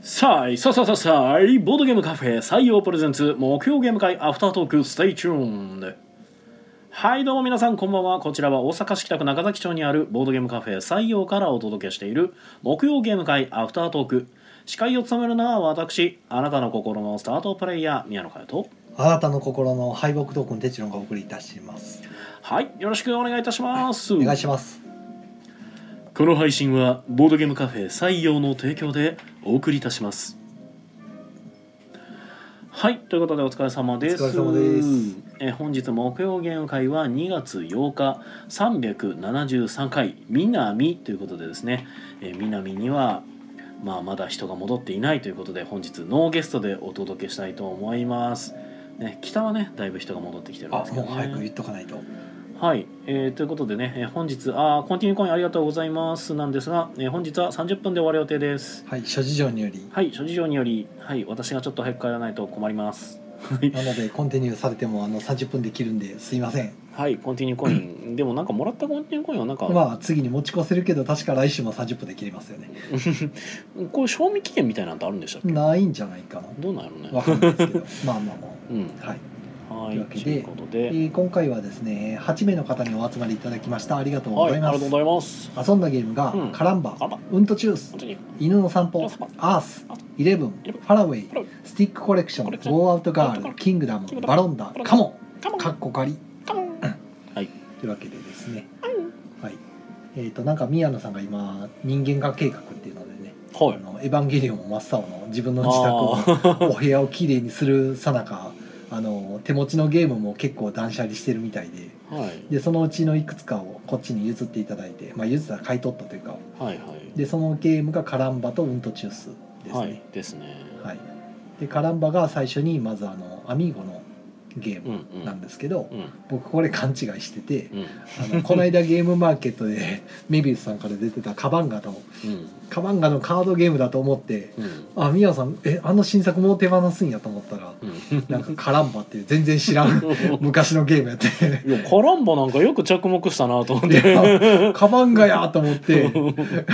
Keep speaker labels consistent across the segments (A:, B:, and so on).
A: さあ、さあさあさあさあ、ボードゲームカフェ採用プレゼンツ、木曜ゲーム会アフタートーク、ステイチューンはい、どうも皆さん、こんばんは。こちらは大阪市北区中崎町にあるボードゲームカフェ採用からお届けしている、木曜ゲーム会アフタートーク。司会を務めるのは私、あなたの心のスタートプレイヤー、宮野佳代と。
B: あなたの心の敗北トークンテチロンがお送りいたします。
A: はい、よろしくお願いいたします。
B: お願いします。
A: この配信はボードゲームカフェ採用の提供でお送りいたしますはいということでお疲れ様です
B: お疲れ様です
A: えー本日木曜ゲーム会は2月8日373回「南」ということでですね、えー南にはまあまだ人が戻っていないということで本日ノーゲストでお届けしたいと思います、ね、北はねだいぶ人が戻ってきてるん
B: あ
A: で、すけ
B: も
A: ど、
B: う
A: ね、
B: 早く言っとかないと。
A: はい、えーということでね、えー本日、あーコンティニューコインありがとうございますなんですが、えー本日は30分で終わる予定です。
B: はい、諸事情により。
A: はい、諸事情により、はい、私がちょっと早く帰らないと困ります。
B: なので、コンティニューされても、あの30分できるんで、すいません。
A: はい、コンティニューコイン、でもなんかもらったコンティニューコインはなんか、
B: まあ、次に持ち越せるけど、確か来週も30分で切れますよね。
A: これ賞味期限みたいなんてあるんでしたっけ
B: ないんじゃないかな。
A: どうなんやろうね
B: わ。かんない ですけど、まあまあま
A: うん、
B: あ。はい、
A: はい
B: というわ、け
A: と
B: で
A: いうこと
B: え
A: で、
B: ー今回はですね、8名の方にお集まりいただきました。ありがとうご
A: はい、あ
B: ざい
A: りが
B: ま
A: と
B: す
A: う。ございます。
B: 遊んだゲームが、
A: うん
B: カランバ
A: カランバ、
B: うんとチュース
A: 本、当に、
B: 犬の散歩
A: 犬の散歩、
B: アース
A: アース、
B: イレブン、ファラウェイ
A: ファラウェイ、
B: スティックコレクション、
A: コ
B: ゴ
A: レクション
B: ーアウトガ
A: ゴーアウト
B: ー
A: ガー
B: ル、
A: ル
B: キングダム
A: キング、ダム
B: バロンダ
A: バロン、ダ
B: カモ
A: カモ
B: ン、
A: ン
B: カッコカリ
A: カモン。はい、
B: というわけでですね。はい。えっ、となんか宮野さんが今人間化計画っていうのでね、
A: は
B: あ
A: い。
B: のエヴァンゲリオン真っ青の自分の自宅
A: あー
B: をお部屋をきれいにするさなか、あの手持ちのゲームも結構断捨離してるみたいで。
A: はい、
B: でそのうちのいくつかをこっちに譲っていただいて、まあ、譲ったら買い取ったというか
A: はい、はい。
B: でそのゲームがカランバとウントチュースですね、
A: はい、ですね。
B: はい、でカランバが最初にまずあのアミーゴのゲー
A: うん、う
B: ムなん
A: ん。
B: ですけど、
A: うん、
B: 僕これ勘違いしてて
A: うん、
B: あのこの間ゲームマーケットで メビウスさんから出てたカバンガの
A: うん、
B: カバンガのカードゲームだと思って
A: うん。
B: あ宮野さんえあの新作もう手放すんやと思ったら
A: うん
B: なんかカランバっていう全然知ら ん昔のゲームやって
A: いやカランバなんかよく着目したなと思っ
B: い
A: て
B: やカバンガやと思って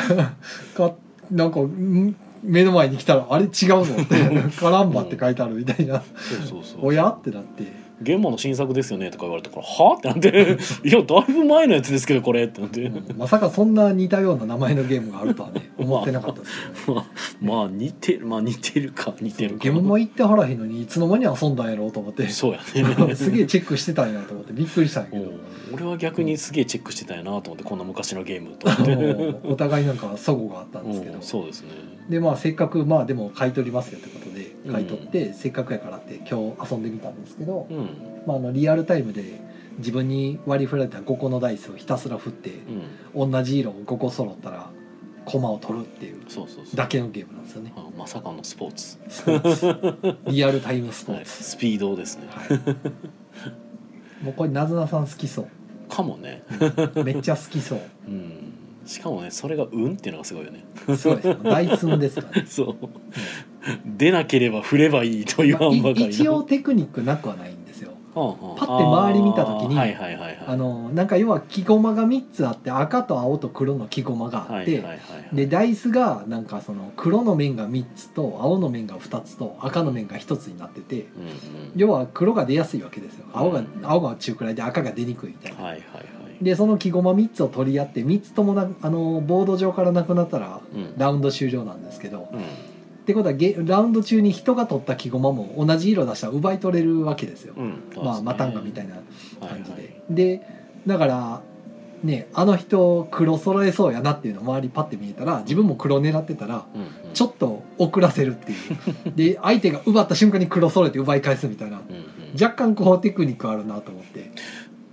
B: かなんかん目の前に来たらあれ違うぞって カランバって書いてあるみたいな
A: そうそうそう
B: おやってなって
A: 現場の新作ですよねとか言われたからはってなって いやだいぶ前のやつですけどこれってなって、
B: うんまさかそんな似たような名前のゲームがあるとは ね思ってなかったですよね
A: まあまあ似てるまあ似てるか似てるか
B: ゲームも行ってはらへんのにいつの間に遊んだんやろうと思 ってす
A: そうやね
B: げえチェックしてたんやと思ってびっくりしたんやけど
A: うん俺は逆にすげえチェックしてたよなと思ってこんな昔のゲームと思って
B: もうお互いなんか齟齬があったんですけ
A: う
B: ど
A: んそうですね
B: でまあせっかくまあでも買い取りますよってことで買い取ってせっかくやからって今日遊んでみたんですけど
A: う、んうん
B: まあ、あのリアルタイムで自分に割り振られた5個のダイスをひたすら振って同じ色を5個揃ったら駒を取るっていう
A: そうそうそう
B: だけのゲームなんですよね
A: あまさかのスポーツ
B: スポーツ リアルタイムスポ
A: は
B: ー
A: い、
B: ツ、
A: スピードですね
B: はいもうこれなずなさん好きそ
A: かもね
B: うめっちゃ好きそう
A: うんしかもねそれが「運っていうのがすごいよね
B: そ うですよ大寸ですからね
A: そう出なければ振ればいいと言わんばかり
B: い
A: の
B: 一応テクニックなくはないんですよパ
A: パ
B: ッて周り見た時に
A: はいはいはいはい
B: あのなんか要は木駒が3つあって赤と青と黒の木駒があ
A: は
B: っ
A: い
B: て、
A: はいはいはい
B: でダイスがなんかその黒の面が3つと青の面が2つと赤の面が1つになって
A: う
B: て
A: んうん
B: 要は黒が出やすいわけですよ青が青が中くらいで赤が出にくいみたいな、
A: はいはいはい
B: でその木駒3つを取り合って3つともなあのボード上からなくなったら
A: うん
B: ラウンド終了なんですけど
A: うん
B: ってことはゲラウンド中に人が取った木駒も同じ色出したら奪い取れるわけですよ、
A: うん
B: まあマタンガみたいな
A: な
B: 感じで、でだからねあの人黒揃えそうやなっていうの周りパッて見えたら自分も黒狙ってたらちょ
A: っ
B: っと遅らせるっていうで相手が奪った瞬間に黒揃えて奪い返すみたいな
A: じゃ
B: 若干こうテクニックあるなと思って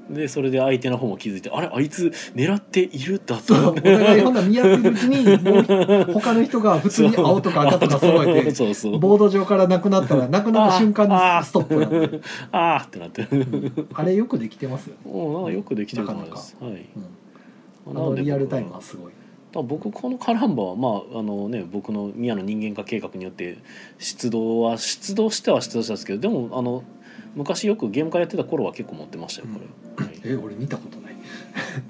A: でそれで相手の方も気づいてあれあいつ狙っているだ
B: そう
A: と
B: お互いほんなら見合ってるうちにもう他の人が普通に青とか赤とか揃えて
A: そうそう
B: ボード上からなくなったらなくなった瞬間
A: あーあー
B: にストップなんで
A: あーってなって る
B: うんあれよくできてますよね、
A: もうなんかよくできてると思いますはい
B: うん
A: な
B: あ
A: の
B: の
A: で
B: リアルタイムはすごい
A: だから僕このカランバはまああのね僕の宮の人間化計画によって出動は出動しては出動したんですけどでもあの昔よくゲーム会やってた頃は結構持ってましたよこれ、はい
B: え俺見たことない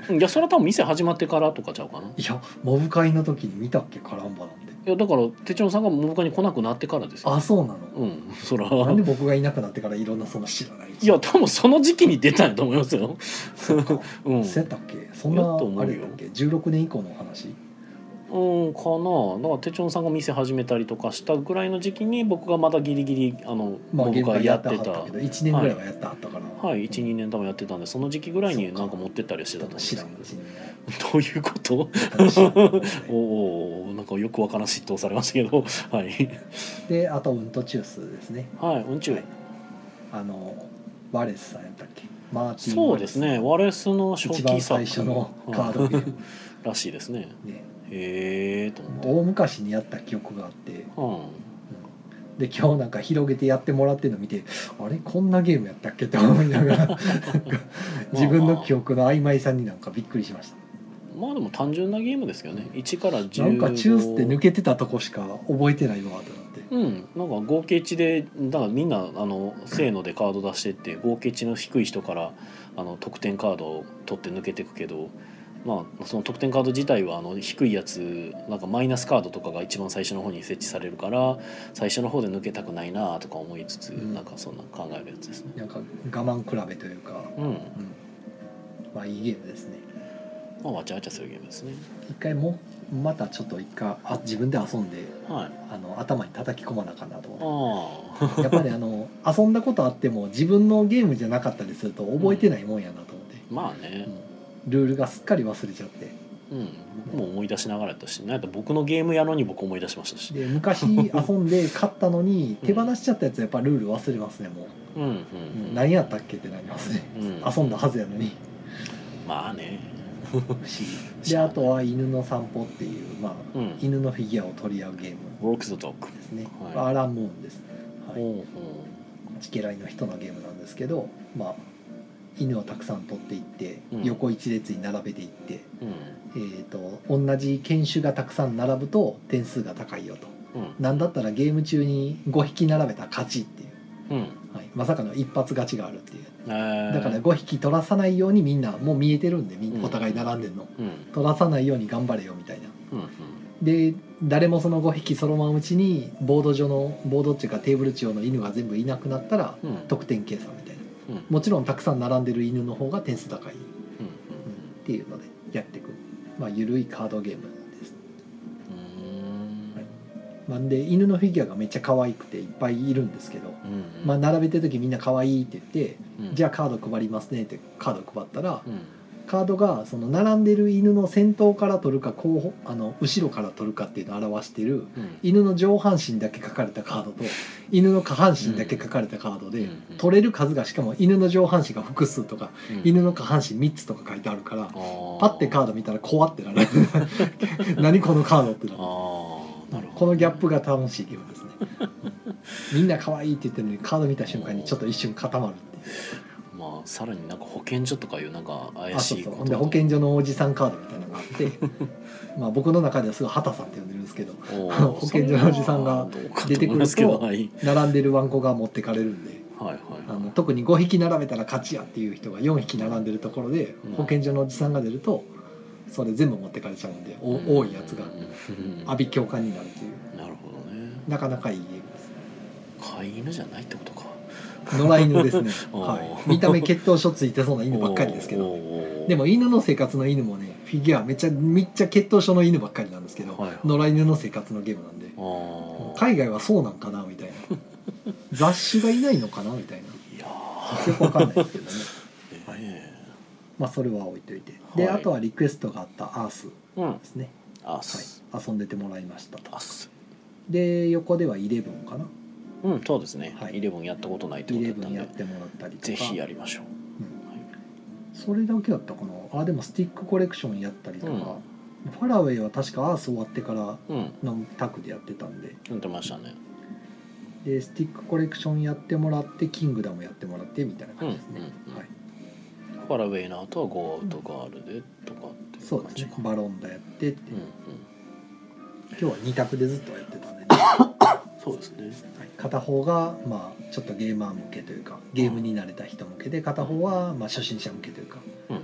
A: うん、いやそれは多分店始まってからとかちゃうかない
B: やモブ会の時に見たっけカランバなん
A: い
B: て
A: やだから手帳さんがモブカに来なくなってからですよ
B: あそうなの
A: うんそら
B: なんで僕がいなくなってからいろんなその知らない
A: いや多分その時期に出たんやと思いますよ
B: そうか
A: うん、うん、か
B: そうやったっけそんな
A: やっと思うよ
B: あれだっけ16年以降のお話
A: なだから手帳さんが店始めたりとかしたぐらいの時期に僕がまだギリギリあの、
B: まあ
A: モブ
B: 現場
A: カ
B: で
A: や
B: や
A: っ
B: っては
A: て
B: ったたけど1年ぐらいはやってはったから
A: はい12年多分やってたんでその時期ぐらいになんか持ってったりはしてたと思うんです
B: 知
A: けど
B: らんうちに
A: どういうこと
B: 知らんうち
A: お
B: に
A: おなんかよくわからん嫉妬されましたけど はい
B: であとウントチュースですね
A: はいうんちゅう、
B: はいあのワレスさんやったっけマーティン・
A: そうですねワレスの初
B: 一
A: 期
B: 番
A: 作
B: 最初のカードゲーム、
A: うんらしいですね
B: ね、
A: へえと
B: 大昔にやった記憶があって
A: 思って
B: で今日なんか広げてやってもらってるの見てあれこんなゲームやったっけって思いな がら自分の記憶の曖昧さになんかびっくりしました
A: うんまあでも単純なゲームですけどね1から10
B: なんかチュースって抜けてたとこしか覚えてないわと思って
A: うん、なんか合計値でだからみんなあのせーのでカード出してって合計値の低い人からあの得点カードを取って抜けていくけど、まあ、その得点カード自体はあの低いやつなんかマイナスカードとかが一番最初の方に設置されるから最初の方で抜けたくないなとか思いつつ、
B: うん
A: なんかそんな考えるやつですね。
B: なんか我慢比べというか、
A: うん
B: うん、まあいいゲームですね
A: まあ、わちゃわちゃするゲームですね。
B: 一回もまたちょっと一回あ自分で遊んで
A: はい、
B: あの頭に叩き込まなあかんなと思って
A: ああ
B: やっぱりあの遊んだことあっても自分のゲームじゃなかったりすると覚えてないもんやなと思って、
A: まあね、
B: ルールがすっかり忘れちゃって
A: うん、僕も思い出しながらやったしなんやったら僕のゲームやのに僕思い出しましたし。
B: で昔遊 んで勝ったのに手放しちゃったやつやっぱルール忘れますねも
A: うんうん
B: う、
A: うん
B: 何やったっけってなりますね、
A: うん
B: 遊んだはずやのに
A: まあね。
B: 不思議であとは犬の散歩っていう、まあ
A: うん。
B: 犬のフィギュアを取り合うゲーム
A: Walk the dog。
B: ですね、
A: はい
B: アラン・ムーンです、はい、
A: ほうほ
B: チケライの人のゲームなんですけどまあ犬をたくさん取っていって、
A: うん
B: 横一列に並べていって
A: う。うん。
B: えー、と同じ犬種がたくさん並ぶと点数が高いよと
A: うん。
B: なんだったらゲーム中に5匹並べたら勝ちっていう、
A: うん。
B: はい、まさかの一発勝ちがあるっていう
A: えー
B: だから5匹取らさないようにみんなもう見えてるんでみん
A: うん
B: お互い並んでんの
A: うん。
B: 取らさないように頑張れよみたいな
A: うん。
B: で誰もその5匹そのままうちにボード上のボードっていうかテーブル中の犬が全部いなくなったら
A: うん。うん。
B: 得点計算みたいな
A: うん。
B: もちろんたくさん並んでる犬の方が点数高い
A: う
B: っ
A: ん。
B: ていうのでやっていくまあ緩いカードゲームです
A: うん。
B: はいなんで犬のフィギュアがめっちゃ可愛くていっぱいいるんですけど、
A: うん。
B: まあ、並べてる時みんな可愛いって言って、
A: うん。
B: じゃ
A: ゃ。
B: あカード配りますねってカード配ったら、
A: うん。
B: カードがその並んでる犬の先頭から取るか後方あの後ろから取るかっていうのを表してる
A: うん。
B: 犬の上半身だけ書かれたカードと犬の下半身だけ書かれたカード
A: う
B: で、
A: んうん
B: 取れる数がしかも犬の上半身が複数とか、
A: うん。
B: 犬の下半身3つとか書いてあるから。
A: あー。
B: パッてカード見たら怖ってな る何このカードってなる
A: ああ。なるほど。
B: このギャップが楽しいゲームですねみんな可愛いって言ってるのにカード見た瞬間にちょっと一瞬固まるっていう
A: まあ、さらになんか保健所とかいうなんか怪
B: あそう
A: しい
B: そう
A: こ
B: ほ
A: と
B: んで保健所のおじさんカードみたいなのがあって まあ僕の中ではすごい畑さんって呼んでるんですけど
A: おー
B: 保健所のおじさんが
A: それはどうか思
B: 出てく
A: い
B: ると
A: ますけどはい。
B: 並んでるワンコが持ってかれるんで
A: はい。はい。
B: あの特に5匹並べたら勝ちやっていう人が4匹並んでるところで
A: うん
B: 保健所のおじさんが出るとそれ全部持ってかれちゃうんで
A: う
B: お
A: ん
B: 多いやつが
A: うん
B: 阿鼻教官になるっていう
A: なるほどね。
B: なかなかいいゲームです
A: 飼い犬じゃないってことか。
B: 野良犬ですね、
A: おー
B: はい、見た目血統書ついてそうな犬ばっかりですけど
A: おー
B: でも犬の生活の犬もねフィギュアめっちゃめっちゃ血統症の犬ばっかりなんですけど、
A: はいはい
B: 野良犬の生活のゲームなんで
A: あー
B: 海外はそうなんかなみたいな雑種がいないのかなみたいない
A: や
B: よくわかんないです けどね
A: ーね
B: まあそれは置いといてで、
A: はい
B: あとはリクエストがあったアース
A: えうん
B: ですね、
A: あす
B: はい、遊んでてもらいましたと
A: あす
B: で横ではイレブンかな
A: うんそうですね、
B: はい
A: イレブンやったことないってこ
B: イ
A: とだった
B: レブン
A: ん
B: や
A: で
B: ってもらったりとか
A: ぜひやりましょう
B: それだけだったかなあでもスティックコレクションやったりとか、ファラウェイは確かアース終わってから
A: うん
B: のタクでやってたんで
A: やってましたね
B: でスティックコレクションやってもらってキングダムやってもらってみたいな感じですね、
A: うんうん
B: はい、
A: ファラウェイの後はゴーアウトガールでとかってい
B: そう
A: 感
B: です
A: じ
B: ね
A: か
B: バロンダやってって、
A: うんうん
B: 今日は2択でずっとやってたんで、はい、
A: そうですね
B: 片方がまあちょっとゲーマー向けというかゲームに慣 れた人向けで片方はまあ初心者向けというか
A: うん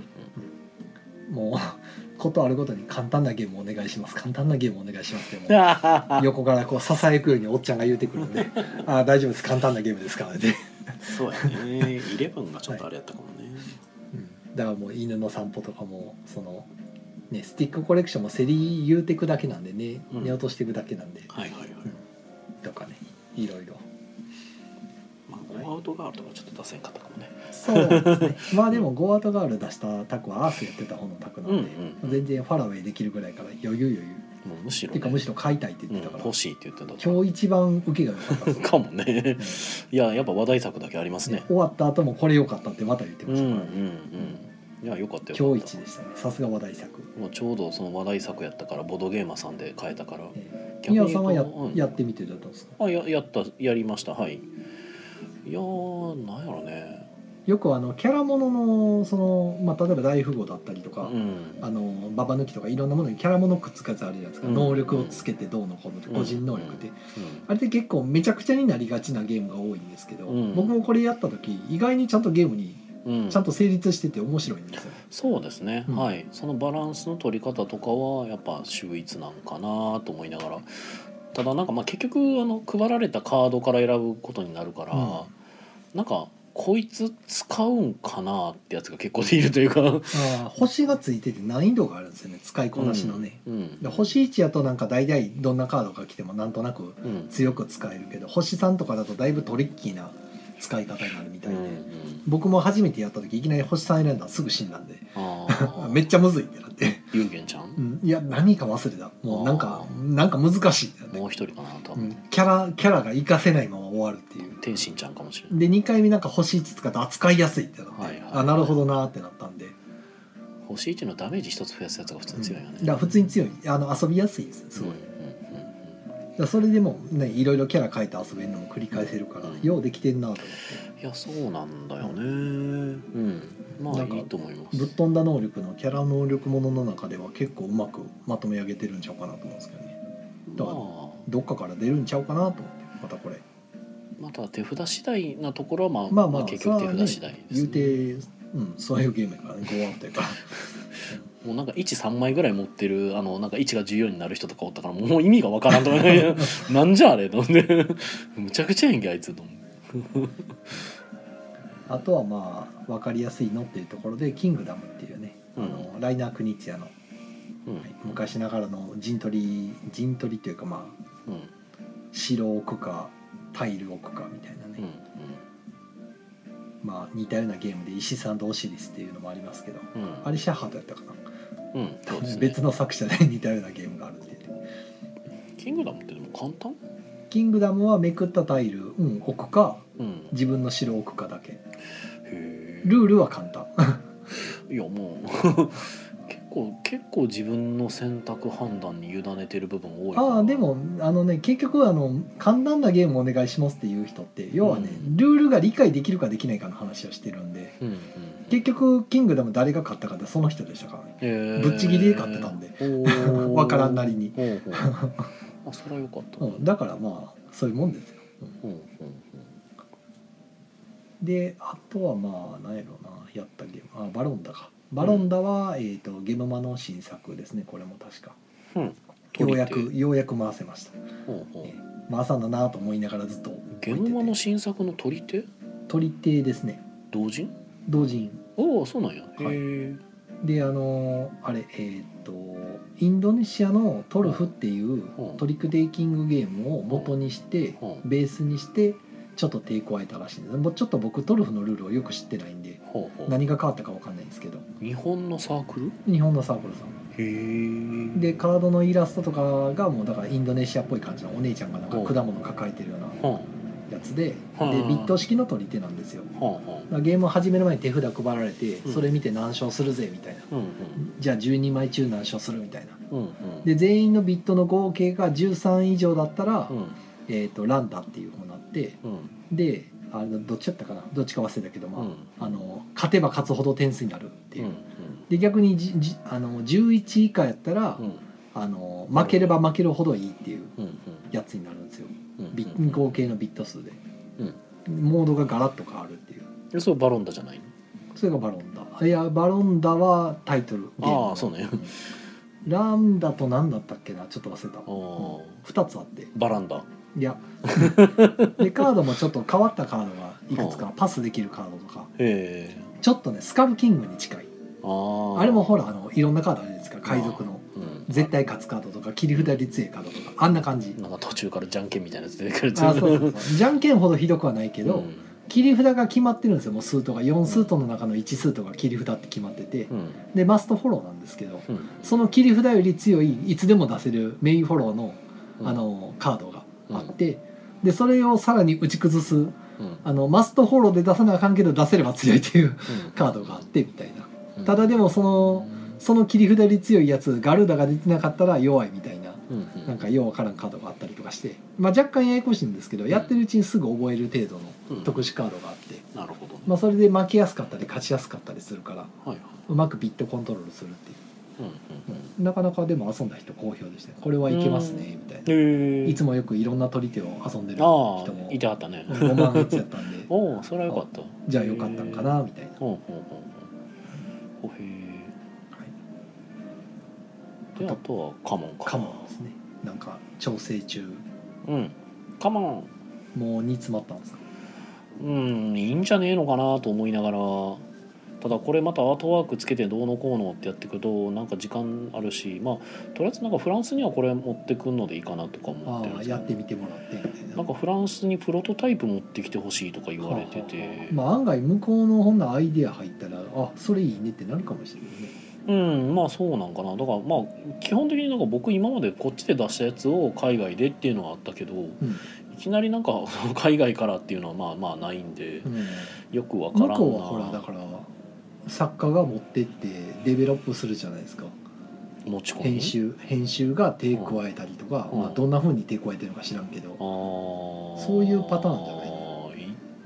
A: うん
B: もう ことあるごとに簡単なゲームお願いします簡単なゲームお願いしますってもう
A: あ
B: 横からこうささやくようにおっちゃんが言うてく るんで「あー大丈夫です簡単なゲームですから」で、
A: そうやねイレブンがちょっとあれやったかもね、
B: うん、だからもう犬の散歩とかもその、ね、スティックコレクションも競り言うてくだけなんでね、
A: うん
B: 寝落としていくだけなんで
A: はい、はいはい
B: とかねいろいろ
A: まあゴーアウトガールとかちょっと出せんかったかもね
B: そうですね まあでも「ゴーアウトガール」出したタクはアースやってた方のタクなんで、
A: うんうん
B: 全然ファラウェイできるぐらいから余裕余裕、
A: もうむしろ、
B: てい
A: ね、
B: うかむしろ買いたいって言ってた
A: う
B: か
A: ん、
B: ら、
A: 欲しいって言ってたから
B: 今日一番受けが良かったです
A: かもね
B: う
A: い
B: ん
A: ややっぱ話題作だけありますね
B: 終わった後もこれ良かったってまた言って
A: う
B: ま
A: んう
B: し
A: ん
B: た
A: う
B: からね、
A: んいやよかったよ
B: 今
A: か
B: 日
A: った
B: 一でしたねさすが話題作
A: もうちょうどその話題作やったからボードゲーマーさんで変えたから
B: ええ
A: 逆に
B: 宮
A: こう
B: 尾さんはや,、
A: うん
B: やってみてどうだったんですか
A: あややったやりましたはいいやーなんやろね
B: よくあのキャラもののその、まあ、例えば大富豪だったりと
A: う
B: か、
A: ん
B: あのババ抜きとかいろんなものにキャラものくっつかずあるじゃないですか、
A: うん
B: 能力をつけてどうのこうのって
A: うん
B: 個人能力で、
A: うん
B: あれって結構めちゃくちゃになりがちなゲームが多いんですけど、
A: うん
B: 僕もこれやった時意外にちゃんとゲームに
A: うん
B: ちゃんと成立してて面白いんですよ、
A: そうですね、
B: うん
A: はいそのバランスの取り方とかはやっぱ秀逸なんかなと思いながらただなんかまあ結局あの配られたカードから選ぶことになるから、
B: うん
A: なんかこいつ使うんかなってやつが結構でいるというか、
B: ああ星がついてて難易度があるんですよね使いこなしのね、
A: うん
B: で星1やとなんか大体どんなカードが来てもなんとなく
A: うん
B: 強く使えるけど星3とかだとだいぶトリッキーな使い方になるみたいで、
A: うん
B: 僕も初めてやった時いきなり星3選んだらすぐ死んだんで
A: ああ
B: めっちゃむずいってなって、
A: 有限ちゃ
B: うんん、いや何か忘れたもうなんか
A: あ
B: なんか難しいってなって
A: もう一人かな多
B: うん
A: 分、
B: キャラキャラが活かせないまま終わるっていう
A: 天心ちゃんかもしれない
B: で2回目なんか星1使って扱いやすいってなって、
A: はいはい
B: あなるほどなーってなったんで、
A: 星1のダメージ一つ増やすやつが普通に強いよね、
B: だから普通に強いあの遊びやすいですねすごい、
A: うんうんうんうん
B: だからそれでもねいろいろキャラ変えて遊べるのも繰り返せるから、
A: うん
B: ようできてんなと思っ
A: いやそうなんだよねうんま
B: な
A: あ
B: んか
A: いいと思いま
B: てぶっ
A: す
B: 飛んだ能力のキャラ能力ものの中では結構うまくまとめ上げてるんちゃうかなと思うんですけどね
A: ま
B: と
A: あ
B: どっかから出るんちゃうかなと思ってまたこれ
A: また手札次第なところはまあ、
B: ま
A: ま
B: あ
A: あ
B: まあ
A: 結局
B: それ
A: 手
B: はね
A: 札次第です、
B: 言う
A: ね
B: て、うん、そういうゲームやからね5アウトやから
A: もうなんか13枚ぐらい持ってるあのなんか1が14になる人とかおったからもう意味がわからんと思って なんじゃあれと思ってむちゃくちゃやんけあいつと思って
B: あとはまあ分かりやすいのっていうところで「キングダム」っていうね、あのライナー・クニッツィアの
A: うん
B: 昔ながらの陣取り陣取りというかまあ
A: うん
B: 城を置くかタイルを置くかみたいなね、
A: うん
B: まあ似たようなゲームで「石さんとオシリス」っていうのもありますけど
A: うんうん
B: あれシャハトやったかな、
A: うんそうですね
B: 別の作者で似たようなゲームがあるって言って
A: キングダムってでも簡単
B: 「キングダム」はめくったタイル、うん、置くか
A: うん
B: 自分の城を置くかだけ
A: へ
B: ルールは簡単
A: えいやもう 結構結構自分の選択判断に委ねてる部分多いかな
B: ああでもあのね結局あの簡単なゲームお願いしますっていう人って要はね、
A: うん
B: ルールが理解できるかできないかの話をしてるんで
A: うんうん
B: 結局「キングダム」誰が勝ったかってその人でしたからねぶ
A: ぶ
B: っちぎりで買ってたんで わ
A: 分
B: からんなりに
A: ほうほうあそれはよかった、
B: うん、だからまあそういうもんですよ。うん
A: うんうん
B: であとはまあ何やろうなやったゲームあバロンダかバロンダは、えー、とゲムマの新作ですねこれも確か
A: うんうん
B: ようや
A: 取り
B: くようやく回せました
A: 手ほうほう
B: え回さんだなと思いながらずっと置いて
A: ゲ
B: て
A: ノマの新作の取り手
B: 取り手ですね
A: 同人
B: 同人
A: ああそうなんや、
B: は
A: へ
B: い
A: え
B: であのーあれえっ、とインドネシアのトルフっていう
A: うん
B: トリックテイキングゲームを元にして
A: うん
B: ベースにしてちょっと手加えたらしいんですもうちょっと僕トルフのルールをよく知ってないんで
A: ほうほう
B: 何が変わったかわかんないんですけど
A: 日本のサーク
B: 日本のサークルさん
A: ルへえ
B: でカードのイラストとかがもうだからインドネシアっぽい感じのお姉ちゃんがなんか
A: うん
B: 果物抱えてるような
A: はんは
B: やつででビ
A: うん
B: ット式の取り手なんですよ
A: んは
B: だからゲームを始める前に手札配られて
A: うん
B: それ見て何勝するぜみたいな
A: うん
B: じゃあ12枚中何勝するみたいな
A: うんうんうん
B: で全員のビットの合計が13以上だったら、
A: うん
B: えー、とランダっていう方になって
A: うん
B: であのどっちだったかなどっちか忘れたけど、まあ
A: うん
B: あの勝てば勝つほど点数になるっていうう、
A: ん
B: で逆にじじあの11以下やったら、
A: うん
B: あの負ければ負けるほどいいっていう
A: うんうん
B: やつになるんですよ
A: うん
B: ビ
A: うん
B: 合計のビット数で、モードがガラッと変わるっていう
A: でそれバロンダじゃないの
B: それがバロンダいやバロンダはタイトルゲームの
A: ああそうね
B: うんランダと何だったっけなちょっと忘れた
A: あー
B: 2つあって
A: バランダ
B: い やでカードもちょっと変わったカードがいくつかパスできるカードとか
A: へえ
B: ちょっとねスカルキングに近い
A: あー
B: あれもほらあのいろんなカードあるじゃないですか海賊の
A: うん
B: 絶対勝つカードとか切り札立影カードとかあんな感じ
A: なんか途中からじゃんけんみたいなやつ出てくるやつ
B: あそうそうそうじゃんけんほどひどくはないけど、
A: うん
B: 切り札が決まってるんですよもうスートが4スートの中の1スートが切り札って決まってて
A: うん
B: でマストフォローなんですけど
A: うん
B: その切り札より強いいつでも出せるメインフォローの
A: うん
B: あのカードがあって、でそれをさらに打ち崩す
A: うんうん
B: あのマストフォローで出さなあかんけど出せれば強いっていう カードがあってみたいな
A: うん
B: ただでもそのその切り札より強いやつガルーダが出てなかったら弱いみたいな
A: うん
B: なんかようわからんカードがあったりとかして、まあ、若干ややこしいんですけどやってるうちにすぐ覚える程度の特殊カードがあって、
A: なるほどね
B: まあ、それで負けやすかったり勝ちやすかったりするから
A: はいはいう
B: まくビットコントロールするっていう。
A: うん
B: なかなかでも遊んだ人好評でしたねこれはいけますねみたいな、
A: うんうんへえ
B: いつもよくいろんな取り手を遊んでる人
A: あ
B: も
A: あいてはったね
B: 5万円つやったんで
A: おおそれはよかった
B: じゃあよかったんか
A: へ
B: な
A: え
B: みたいな、
A: ほうほうほうほうほへえであとはカモンか
B: カモンですねなんか調整中
A: うんカモン
B: もう煮詰まったんですか
A: うんいいんじゃねえのかなと思いながらただこれまたアートワークつけてどうのこうのってやっていくとなんか時間あるしまあとりあえずなんかフランスにはこれ持ってくんのでいいかなとか思ってるんですけ
B: ああ
A: ど
B: やってみてもらってみたいな
A: なんかフランスにプロトタイプ持ってきてほしいとか言われて
B: はあは
A: て
B: あまあ案外向こうのほんなアイデア入ったらあそれいいねってなるかもしれないね
A: うんまあそうなんかなだからまあ基本的になんか僕今までこっちで出したやつを海外でっていうのはあったけど
B: うん
A: いきなりなんか海外からっていうのはまあまあないんで
B: うん、
A: よくわからん
B: 向
A: な
B: こうはほらだから作家が持ってってデベロップするじゃないですか
A: 持ち込み
B: 編集編集が手加えたりとか、
A: うん
B: まあ、どんなふうに手加えてるのか知らんけど、
A: あー
B: そういうパターンじゃない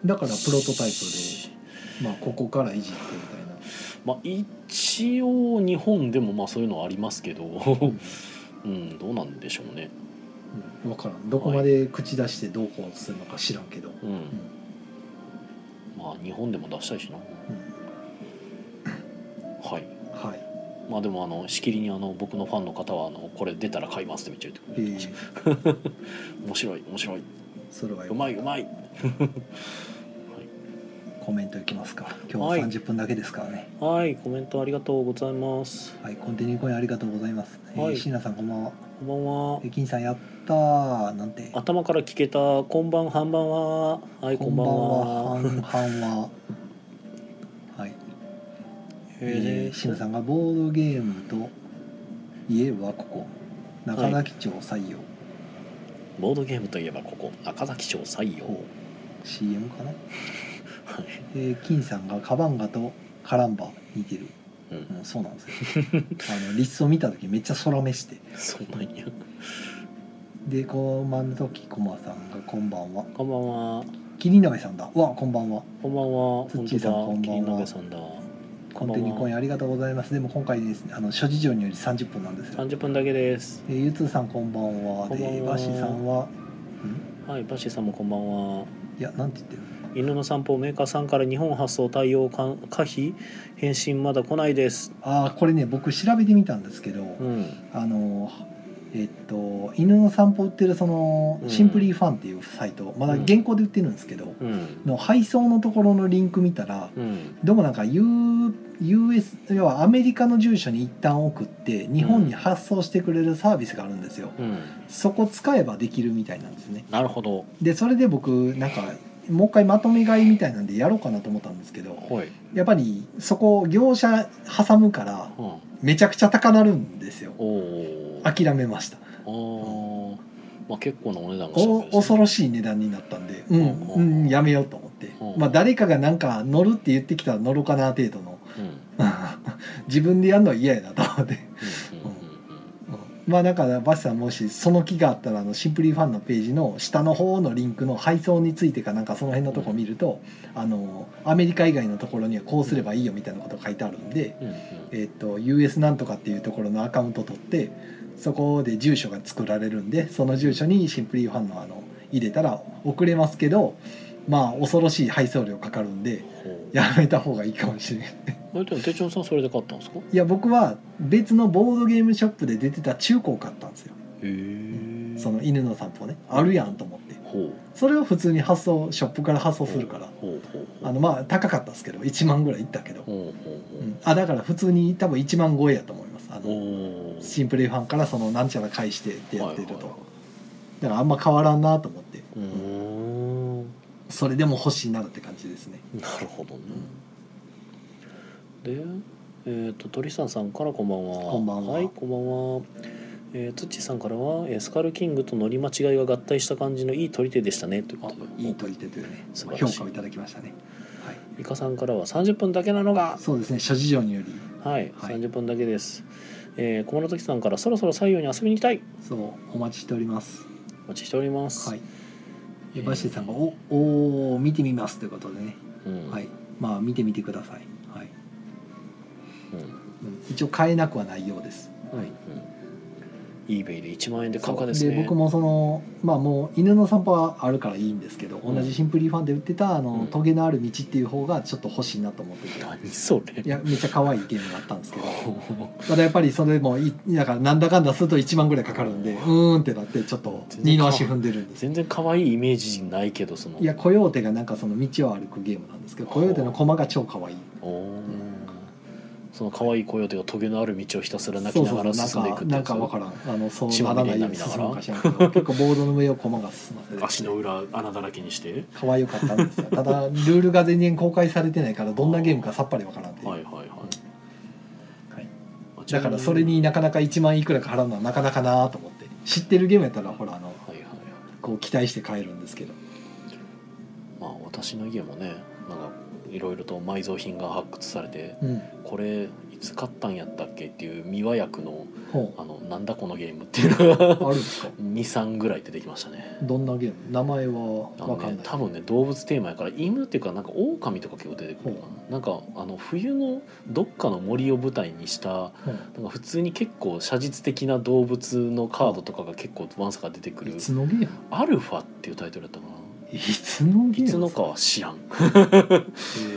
B: だからプロトタイ
A: い
B: プで、まあ、ここからいじってみたいな
A: まあ一応日本でもまあそういうのはありますけど うんどうなんでしょうね
B: うん、分からんどこまで口出してどうこうするのか知らんけど、
A: うん、まあ日本でも出したいしなはい
B: はい、
A: まあでもあのしきりにあの僕のファンの方はあのこれ出たら買いますってめっちゃ言っ
B: え
A: てくれてました面白
B: ー、
A: い面白い
B: それはよ
A: うまいうまい
B: コメントいきますか今
A: はい
B: 日は30分だけですからね
A: はいコメントありがとうございます
B: はい、コンティニューコインありがとうございます、えー
A: はい
B: 椎名さんこんばんは
A: こんばんは
B: えー金さんやったーなんて
A: 頭から聞けたこんばんはんばんははいこんばんは
B: こんばんは半々ははいえー、シムさんがボードゲームといえばここ中崎町採用、
A: ボードゲームといえばここ中崎町採用
B: こう CM かな、
A: はい
B: えー、金さんがカバンガとカランバ似てる、
A: うん
B: うん、そうなんですよ あのリスト見た時めっちゃ空目して
A: そうなんや
B: でこまん時コマさんがこんばんは
A: こんばんは
B: キリナベさんだうわこんばんは
A: こんばんは
B: ツッチーさん
A: 本当だ
B: こんば
A: 桐
B: んは
A: 鍋さんだ
B: コンティニューコインありがとうございますでも今回ですねあの諸事情により30分なんですよ
A: 三十分だけです
B: えーゆつさんこんばんは
A: こんばんは
B: でバシさんは
A: はいバッシーさんもこんばんはい
B: やなんて言ってる
A: 犬の散歩メーカーさんから日本発送対応かん可否返信まだ来ないです
B: ああこれね僕調べてみたんですけど、
A: うん
B: あのえっと犬の散歩売ってるその、
A: うん
B: シンプリーファンっていうサイトまだ
A: うん
B: 現行で売ってるんですけど、
A: うん
B: の配送のところのリンク見たら、
A: うん
B: どうもなんか、U、US 要はアメリカの住所に一旦送って日本に発送してくれるサービスがあるんですよ、
A: うん
B: そこ使えばできるみたいなんですね
A: なるほど
B: でそれで僕なんかもう一回まとめ買いみたいなんでやろうかなと思ったんですけど
A: はい、
B: やっぱりそこ業者挟むから
A: うん、
B: めちゃくちゃ高なるんですよ
A: おおあ
B: 諦めました
A: ーまあ結構なお値段がしたわ
B: お
A: けです
B: 恐ろしい値段になったんでうん、
A: うん
B: うんやめようと思って、
A: うん
B: まあ誰かがなんか乗るって言ってきたら乗ろうかな程度の
A: うんうん
B: 自分でやるのは嫌やなと思
A: う
B: って、
A: ん
B: うんまあだからバスさんもしその気があったらあのシンプリーファンのページの下の方のリンクの配送についてかなんかその辺のとこ見ると、あのアメリカ以外のところにはこうすればいいよみたいなこと書いてあるんで、
A: うんうんうん
B: えっと US なんとかっていうところのアカウント取ってそこで住所が作られるんでその住所にシンプリーファンのあの入れたら送れますけどまあ恐ろしい配送料かかるんで
A: ほう
B: やめた方がいいかもしれない
A: えでも手帳さんそれで買ったんですかへ
B: いや僕は別のボードゲームショップで出てた中古を買ったんですよ
A: え
B: その犬の散歩ねあるやんと思って
A: ほう
B: それを普通に発送ショップから発送するから
A: ほうほうほう
B: あのまあ高かったですけど1万ぐらいいったけど、
A: ほうほう
B: う、
A: ほうん
B: あだから普通に多分1万超えやと思いますあの
A: おー
B: シンプレイファンからそのなんちゃら返してってやってると、
A: はいはいはい
B: だからあんま変わらんなと思って、
A: うーん
B: それでも欲しいなって感じですね
A: なるほどねでえっ、と鳥さんさんからこんばんは
B: こんばんはい
A: こんばんはえー、つっちーさんからは、えースカルキングと乗り間違いが合体した感じのいい取り手でしたね」ということで
B: いい取り手というね
A: 素晴
B: 評
A: らしい
B: 価をいただきましたね、はい、
A: イカさんからは「30分だけなのが
B: そうですね諸事情により
A: はい、
B: はい
A: 30分だけです。えー、小室時さんからそろそろ採用に遊びに行きたい。
B: そうお待ちしております
A: お待ちしております。
B: はい
A: えー
B: バシエさんが「おおー見てみます」ということでね、
A: うん、
B: はいまあ見てみてください、はい
A: うん、
B: うん一応買えなくはないようです
A: はい、うん。eBay で1万円で買うかですね。
B: 僕もそのまあもう犬の散歩はあるからいいんですけど、
A: うん
B: 同じシンプリーファンで売ってたあの、
A: うん
B: トゲのある道っていう方がちょっと欲しいなと思ってて
A: 何それ
B: い。やめっちゃ可愛いゲームがあったんですけど
A: 全
B: ただやっぱりそれもいだからなんだかんだすると1万ぐらいかかるんでうーんってなってちょっと二の足踏んでるんです
A: 然可愛いイメージないけどその。
B: いやコヨーテがなんかその道を歩くゲームなんですけどコヨーテの駒が超可愛い
A: おーその可愛いコヨーテがトゲのある道をひたすら泣き
B: そう
A: な
B: そう
A: が
B: な
A: ら
B: ん
A: 進んでいく
B: か
A: って
B: な
A: や
B: ん
A: つ
B: かわからんあのそう
A: 血
B: な
A: まみ
B: ら
A: れ
B: ない
A: に
B: よ
A: な
B: う
A: り
B: に
A: ながら
B: 進むかしらんけど結構ボードの上を駒が進ませて
A: 足の裏穴だらけにして。
B: 可愛かったんですよただルールが全然公開されてないからどんなゲームかさっぱりわからんっていう、
A: はいはいはい。
B: はい
A: あ
B: だからそれ。になかなか1万いくらか払うのはなかなかなと思って知ってるゲームやったらほらあの
A: ちなみにはいはい。
B: こう期待して買えるんですけど
A: まあ、私の家もねなんかいろいろと埋蔵品が発掘されて
B: うん
A: これいつ買ったんやったっけっていう三輪役の
B: ほ
A: あのなんだこのゲームっていうのが
B: うあるんですか
A: 23ぐらい出てきましたね。
B: どんなゲーム名前は
A: あの
B: わかん
A: ね
B: ない
A: 多分ね動物テーマやから犬っていうかなんか狼とか結構出てくるかななんかあの冬のどっかの森を舞台にしたなんか普通に結構写実的な動物のカードとかが結構ワンサから出てく
B: うんい
A: る
B: つのゲーム
A: 「アルファ」っていうタイトルだったかない
B: つのゲー
A: い
B: ム
A: つのかは知らん
B: え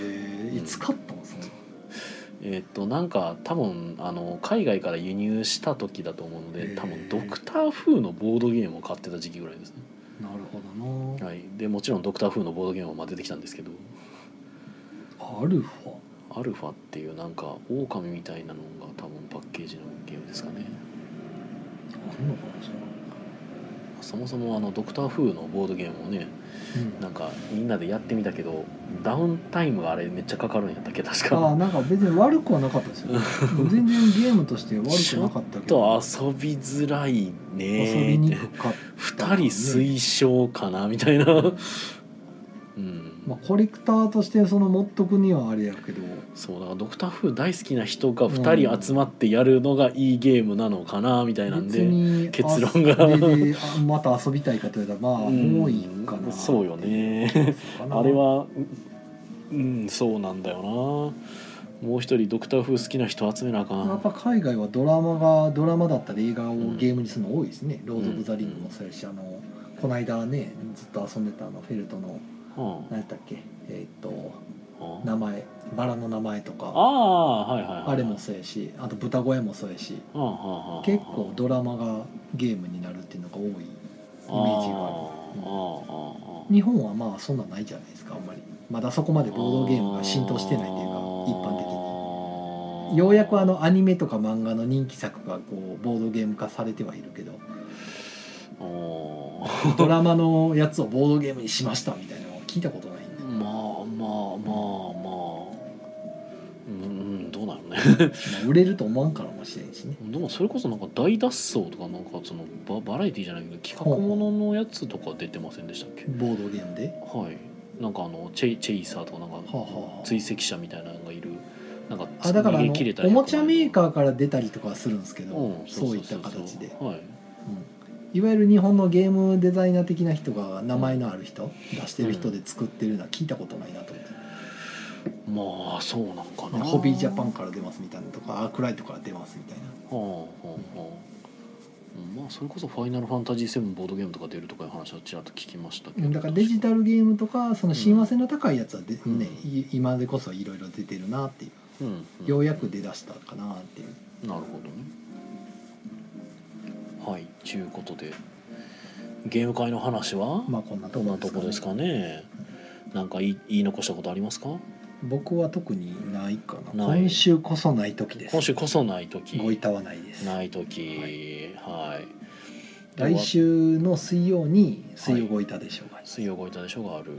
B: ーいつ買ったのそれ
A: えっとなんか多分あの海外から輸入した時だと思うの
B: へ
A: で
B: ー
A: 多分ドクター風のボードゲームを買ってた時期ぐらいですね、
B: なるほどな
A: はい、でもちろんドクター風のボードゲームも出てきたんですけど
B: アルファ
A: アルファっていうなんかオオカミみたいなのが多分パッケージのゲームですかね
B: あんのかなそれ
A: そもそもあのドクター風のボードゲームをね
B: うん
A: なんかみんなでやってみたけどダウンタイムがあれめっちゃかかるんやったっけ確
B: あ
A: か
B: あなんか別に悪くはなかったです よ全然ゲームとして悪くなかったけ
A: ちょ
B: ど
A: っと遊びづらい
B: 遊
A: ね
B: びに
A: ーっ
B: く
A: て
B: かっ
A: 2人推奨かなみたいな
B: た、
A: うん
B: まあ、コレクターとしてその持っとくにはあれやけど
A: そうだからドクター・フー大好きな人が2人集まってやるのがいいゲームなのかなみたいなんで、
B: 別に
A: 結論が
B: あそれであまた遊びたいかというとまあ
A: うん
B: もういいかな
A: そうよね
B: そうかな
A: あれはうんそうなんだよなもう一人ドクター・フー好きな人集めなあか
B: やっ
A: ん
B: ぱ海外はドラマがドラマだったり映画をゲームにするの多いですね「ロード・オブ・ザ・リング」もそうやしあのこの間ねずっと遊んでたあのフェルトの
A: は
B: 何やったっけえーっと
A: あ
B: 名前バラの名前と
A: あ
B: か
A: あはいはいはい
B: あれもそうやしあと豚小屋もそうやし
A: はあはあはあ
B: 結構ドラマがゲームになるっていうのが多いイメージがある
A: ああああああ
B: 日本はまあそんなんないじゃないですかあんまりまだそこまでボードゲームが浸透してないというか一般的に
A: 般
B: ようやくあのアニメとか漫画の人気作がこうボードゲーム化されてはいるけどドラマのやつをボードゲームにしましたみたいなのは聞いたことないんで
A: まあまあまあまあうん、うん、どうなのね
B: まあ売れると思わんからもしれんしね
A: でもそれこそなんか大脱走とかなんかそのババラエティじゃないけど企画もののやつとか出てませんでしたっけ
B: ボードゲームで
A: はいなんかあのチェイチェイサーとかなんか
B: あはあはあ
A: 追跡者みたいなのがいるなんか
B: あだからあ
A: 逃
B: の
A: げ切れた
B: おもちゃメー
A: ー
B: カーから出たりとかはするんですけど、
A: うん、
B: そういった形で、
A: はい、
B: うんいわゆる日本のゲームデザイナー的な人が名前のある人、出してる人で作ってるのは聞いたことないなと思って。
A: まあそうなんかな
B: ホビージャパンから出ますみたいなのとかアークライトから出ますみたいな
A: はあはあはうんまあそれこそ「ファイナルファンタジー7」ボードゲームとか出るとかいう話はちらっと聞きましたけ
B: う
A: ど
B: んだからデジタルゲームとかその親和性の高いやつはで、ねい今でこそいろいろ出てるなっていう、
A: うんうん
B: ようやく出だしたかなっていう
A: なるほどねはいちゅうことでゲーム会の話は
B: まあこんなと
A: こん
B: こ
A: な
B: ろで
A: と
B: すか,、
A: こですかねなんか言い言い残したことありますか
B: 僕は特にないかな
A: ない
B: 今週こそない時です
A: 今週こそない時
B: ごいたわないです
A: ない時はい、
B: 来週の水曜に水曜ごいたでしょうか、は
A: 水曜ごいたでしょうがある、
B: い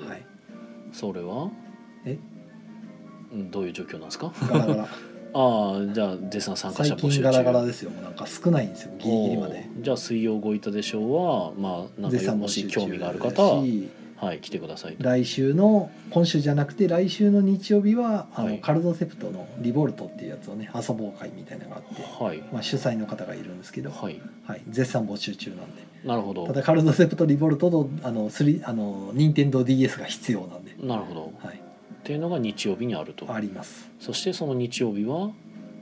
A: それは
B: え
A: うんどういう状況なんです か
B: ガラガ ラ
A: ああじゃあデスナ参加者
B: 最
A: 募集中
B: 近ガラガラですよもうなんか少ないんですよギリギリまで
A: おーじゃあ水曜ごいたでしょうはまあなん
B: 絶
A: か
B: 賛
A: も
B: 募集
A: し
B: 中
A: 興味がある方は
B: だし
A: はい来てくださいと
B: 来週の今週じゃなくて来週の日曜日はあの、
A: はい
B: カルドセプトの「リボルト」っていうやつをね遊ぼう会みたいなのがあって、
A: はい
B: まあ、主催の方がいるんですけど、
A: はい
B: はい、絶賛募集中なんで
A: なるほど
B: ただカルドセプトリボルトとあのスリあの任天堂 d s が必要なんで、
A: なるほど
B: はい、
A: っていうのが日曜日にあると
B: あります
A: そしてその日曜日は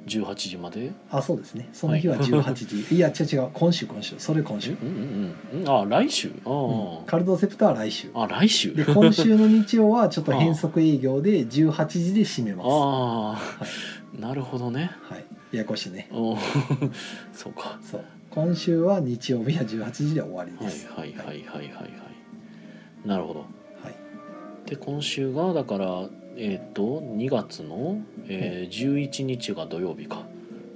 A: 18時まで
B: あそうですねその日は
A: はい
B: 18 時、い、や違う違う今週今週それ今週、
A: うんうんうんあ来週あ
B: うん
A: ー、
B: カルドセプトは来週
A: あ来週
B: で今週の日曜はちょっと変則営業で18時で締めますは
A: ああなるほどね
B: いややこしいね
A: おー そうか
B: そう今週は日曜日は18時で終わり
A: は
B: です、
A: いはいはいはいはいはいなるほど
B: はい
A: で今週がだからえっ、と2月の、えー、11日が土曜日か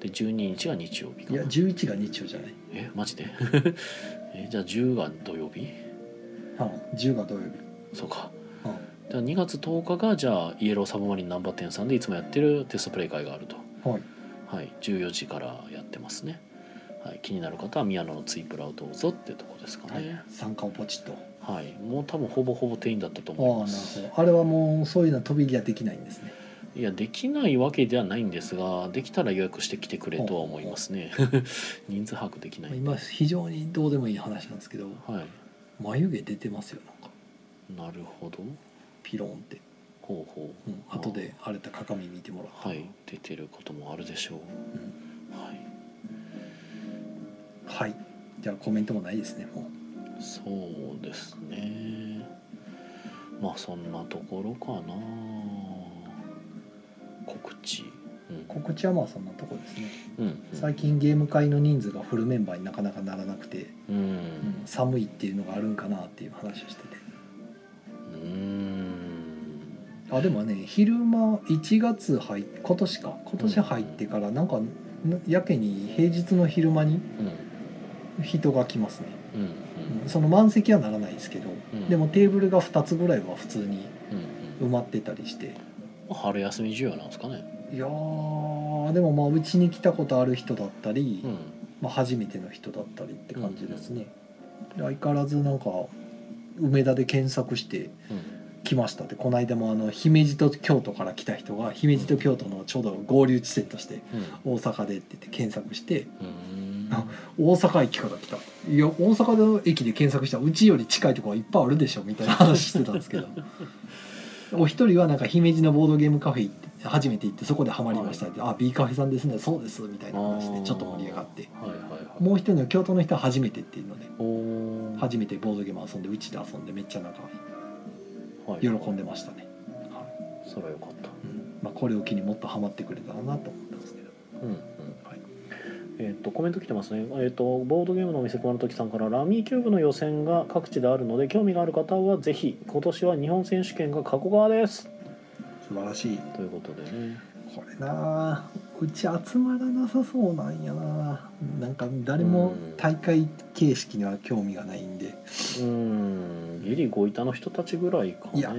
A: で12日が日曜日か
B: いや11が日曜じゃない、
A: えマジで えじゃあ10が土曜日
B: うん、10が土曜日、
A: そうか
B: うん、
A: じゃあ2月10日がじゃあイエローサブマリンナンバー店さんでいつもやってるテストプレイ会があると
B: はい、
A: はい14時からやってますね、はい、気になる方は宮野のツイプラをどうぞってとこですか
B: はい
A: ね、
B: 参加をポチッとあ
A: はい、もう多分ほぼほぼ定員だったと
B: あなる
A: 思いま
B: ほ
A: す
B: どあれはもうそういうのは飛び入りはできないんですね
A: いやできないわけではないんですができたら予約してきてくれとは思いますね人数把握できないんで
B: 今非常にどうでもいい話なんですけど
A: はい
B: 眉毛出てますよなんか
A: なるほど
B: ピローンって、
A: ほうほう
B: うん、後で荒れた鏡見てもらった
A: はい出てることもあるでしょ
B: うん
A: うはい
B: はいじゃあコメントもないですねも
A: そうですねまあそんなところかな告知
B: う告知はまあそんなとこですね
A: うんうん
B: 最近ゲーム会の人数がフルメンバーになかなかならなくて、
A: う
B: うんん、寒いっていうのがあるんかなっていう話をしてて
A: うーん
B: あでもね昼間1月入っ今年か今年入ってからなんかなやけに平日の昼間に
A: うん
B: 人が来ますね、
A: うんうん
B: うんその満席はならないですけど、
A: うん
B: でもテーブルが2つぐらいは普通に
A: うんう
B: 埋まってたりして
A: ん春休み需要なんですかね
B: いやーでもまあうちに来たことある人だったり、
A: うん
B: まあ、初めての人だったりって感じですね、で相変わらずなんか梅田で検索し
A: う
B: て
A: ん
B: 来ましたってこの間もあの姫路と京都から来た人が姫路と京都のちょうど合流地点として
A: うん
B: 大阪でって言って検索して
A: うーん
B: あ大阪駅から来たいや大阪の駅で検索したらうちより近いところはいっぱいあるでしょみたいな話してたんです けどお一人はなんか姫路のボードゲームカフェ行って初めて行ってそこでハマりましたって「あ B カフェさんですねそうです」みたいな話でちょっと盛り上がって
A: はいはいはい
B: もう一人の京都の人は初めてっていうので
A: おー
B: 初めてボードゲーム遊んでうちで遊んでめっちゃなんか
A: はい
B: 喜んでましたね、
A: それはよかった
B: うんまあ、これを機にもっとハマってくれたらなと思ってますけど
A: うんうんはいえっとコメント来てますね、えっとボードゲームのお店熊の時さんからラミーキューブの予選が各地であるので興味がある方はぜひ今年は日本選手権が加古川です
B: 素晴らしい
A: ということでね
B: これなあうち集まらなさそうなんやななんか誰も大会形式には興味がないんで
A: うんギリゴイタの人たちぐらいかね
B: いや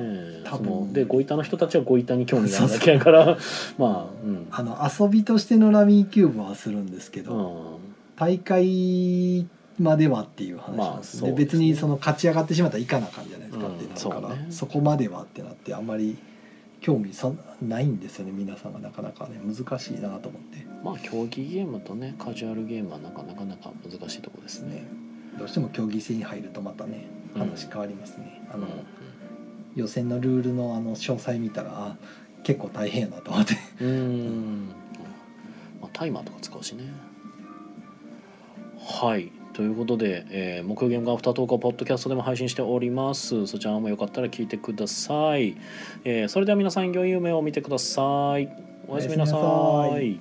B: 多分
A: そのでゴイタの人たちはゴイタに興味があるだけやから まあうん
B: あの遊びとしてのラミーキューブはするんですけど、
A: う
B: 大会まではっていう話なんですね,、
A: まあそうですね
B: 別にその勝ち上がってしまったらいかなあかんじゃないですかってなるから、
A: うんそうね
B: そこまではってなってあんまり興味そんないんですよね皆さんがなかなかね難しいなと思って
A: ん、まあ競技ゲームとねカジュアルゲームはなかなかなか難しいとこですね
B: ねどうしても競技性に入るとまたね
A: うん
B: 話変わりますね、あの
A: う
B: 予選のルールのあの詳細見たらあ結構大変やなと思って
A: んうんまあ、タイマーとか使うしねはいということで、えー、木曜ゲームがアフタートークをポッドキャストでも配信しております。そちらもよかったら聞いてください。えーそれでは皆さん、良い夢を見てください。おやすみなさ
B: おやすみなさ
A: い
B: い